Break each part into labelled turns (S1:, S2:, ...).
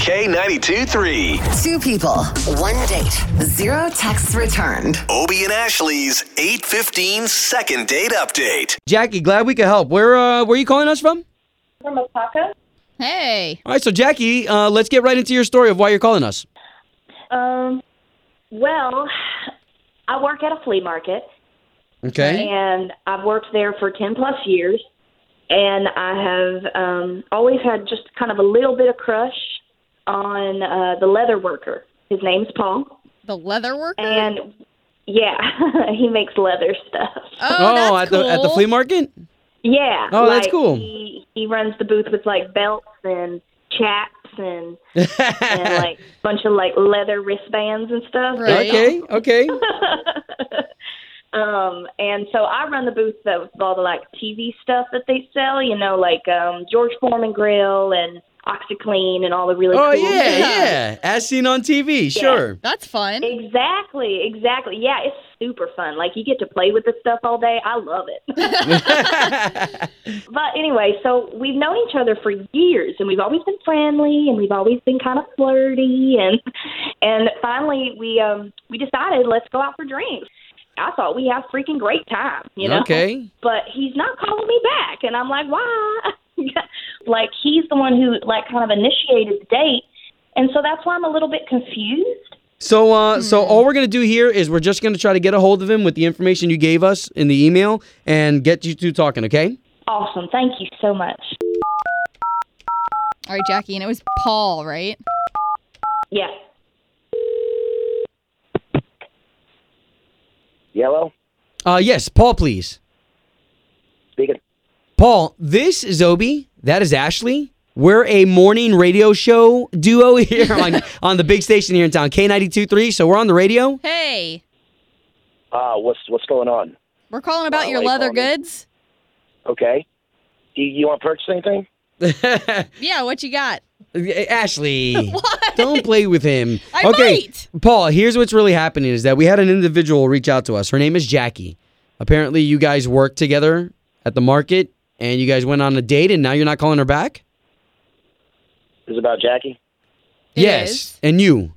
S1: K92 3.
S2: Two people, one date, zero texts returned.
S1: Obie and Ashley's 815 second date update.
S3: Jackie, glad we could help. Where uh, where are you calling us from?
S4: from Apaka.
S5: Hey.
S3: All right, so Jackie, uh, let's get right into your story of why you're calling us.
S4: Um, well, I work at a flea market,
S3: Okay.
S4: and I've worked there for ten plus years, and I have um, always had just kind of a little bit of crush on uh, the leather worker. His name's Paul,
S5: The leather worker?
S4: and yeah, he makes leather stuff.
S5: oh, that's
S3: at the at the
S5: cool.
S3: flea market.
S4: Yeah.
S3: Oh, that's
S4: like,
S3: cool.
S4: He he runs the booth with like belts and chaps and and like bunch of like leather wristbands and stuff.
S5: Right.
S3: Okay. Okay. Oh,
S4: Um, and so I run the booth that with all the like TV stuff that they sell, you know, like um George Foreman grill and OxyClean and all the really
S3: Oh
S4: cool
S3: yeah,
S5: Yeah.
S3: yeah. As seen on TV. Sure.
S5: That's fun.
S4: Exactly, exactly. Yeah, it's super fun. Like you get to play with this stuff all day. I love it. but anyway, so we've known each other for years and we've always been friendly and we've always been kind of flirty and and finally we um we decided let's go out for drinks. I thought we had a freaking great time, you know.
S3: Okay.
S4: But he's not calling me back and I'm like, "Why?" like he's the one who like kind of initiated the date. And so that's why I'm a little bit confused.
S3: So uh, so all we're gonna do here is we're just gonna try to get a hold of him with the information you gave us in the email and get you two talking. Okay.
S4: Awesome. Thank you so much.
S5: All right, Jackie, and it was Paul, right?
S4: Yeah.
S6: Yellow?
S3: Uh, yes, Paul, please.
S6: Speaking.
S3: Paul, this is Obi. That is Ashley. We're a morning radio show duo here on, on the big station here in town, K92.3. So we're on the radio.
S5: Hey.
S6: Ah, what's what's going on?
S5: We're calling about
S6: Wow,
S5: your
S6: wait,
S5: leather
S6: call me.
S5: goods.
S6: Okay. Do you, you want to purchase anything?
S5: Yeah, what you got?
S3: Ashley, don't play with him.
S5: I
S3: okay,
S5: might.
S3: Paul, here's what's really happening is that we had an individual reach out to us. Her name is Jackie. Apparently, you guys worked together at the market and you guys went on a date and now you're not calling her back?
S6: This is about Jackie.
S5: It
S3: yes.
S5: is.
S3: And you.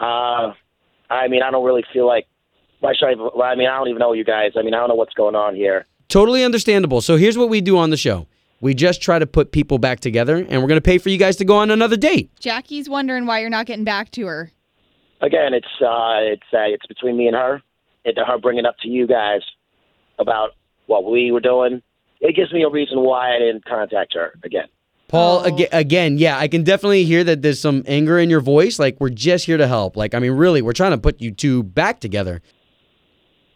S6: Uh, I mean, I don't really feel like. Why should I? even- well, I mean, I don't even know you guys. I mean, I don't know what's going on here.
S3: Totally understandable. So here's what we do on the show. We just try to put people back together and we're going to pay for you guys to go on another date.
S5: Jackie's wondering why you're not getting back to her.
S6: Again, it's uh, it's uh, it's between me and her, and her bringing up to you guys about what we were doing. It gives me a reason why I didn't contact her again.
S3: Paul,
S5: Oh.
S3: aga again, yeah, I can definitely hear that there's some anger in your voice. Like, we're just here to help. Like, I mean, really, we're trying to put you two back together.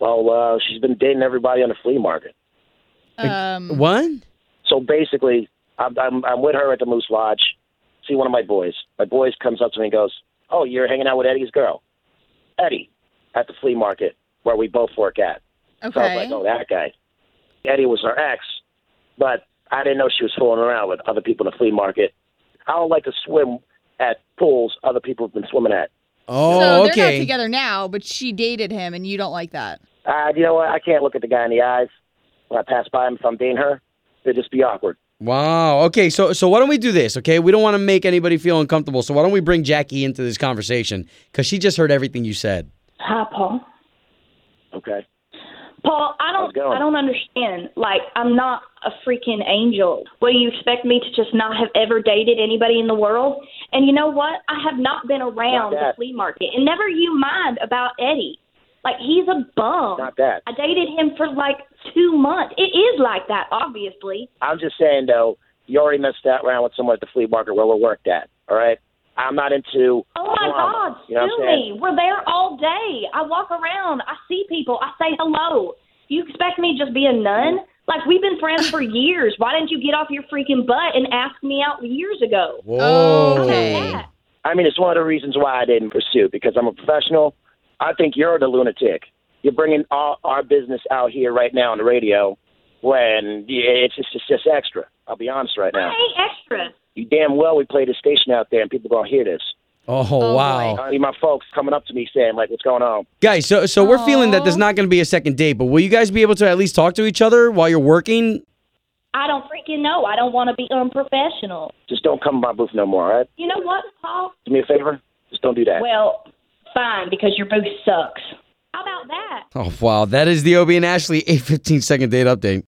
S6: Well, uh, she's been dating everybody on the flea market.
S5: Um,
S3: What?
S6: So basically, I'm, I'm I'm with her at the Moose Lodge. See one of my boys. My boys comes up to me and goes, "Oh, you're hanging out with Eddie's girl, Eddie, at the flea market where we both work at." So I was
S5: okay.
S6: like, "Oh, that guy." Eddie was her ex, but I didn't know she was fooling around with other people in the flea market. I don't like to swim at pools other people have been swimming at.
S5: so
S3: Oh,
S5: they're not
S3: okay.
S5: together now, but she dated him, and you don't like that.
S6: Uh, you know what? I can't look at the guy in the eyes when I pass by him if I'm dating her. It'd just be awkward.
S3: Wow. Okay. So, so why don't we do this? Okay, we don't want to make anybody feel uncomfortable. So, why don't we bring Jackie into this conversation because she just heard everything you said.
S4: Hi, Paul.
S6: Okay.
S4: Paul, I
S6: How's it
S4: don't
S6: going?
S4: I don't understand. Like I'm not a freaking angel. What do you expect me to just not have ever dated anybody in the world? And you know what? I have not been around
S6: Not
S4: the
S6: that.
S4: flea market. And never you mind about Eddie. Like he's a bum.
S6: Not that.
S4: I dated him for like 2 months. It is like that, obviously.
S6: I'm just saying though, you already messed that around with someone at the flea market where we worked at. All right, I'm not into.
S4: Oh my
S6: drama,
S4: god,
S6: you know what
S4: sue
S6: I'm saying?
S4: me. We're there all day. I walk around. I see people. I say hello. You expect me to just be a nun? Like we've been friends for years. Why didn't you get off your freaking butt and ask me out years ago?
S3: Whoa.
S5: Oh, Okay.
S6: I mean, it's one of the reasons why I didn't pursue because I'm a professional. I think you're the lunatic. You're bringing all our business out here right now on the radio when yeah, it's just it's just extra. I'll be honest right
S4: I
S6: now.
S4: ain't extra.
S6: You damn well we play the station out there and people gonna hear this.
S3: Oh, wow.
S6: I mean, my folks coming up to me saying like, "What's going on?"
S3: Guys, so so we're feeling that there's
S5: Aw.
S3: not going to be a second date, but will you guys be able to at least talk to each other while you're working?
S4: I don't freaking know. I don't want to be unprofessional.
S6: Just don't come to my booth no more, all right?
S4: You know what, Paul?
S6: Do me a favor. Just don't do that.
S4: Well, fine, because your booth sucks. How about that?
S3: Oh wow, that is the Obie and Ashley eight fifteen second date update.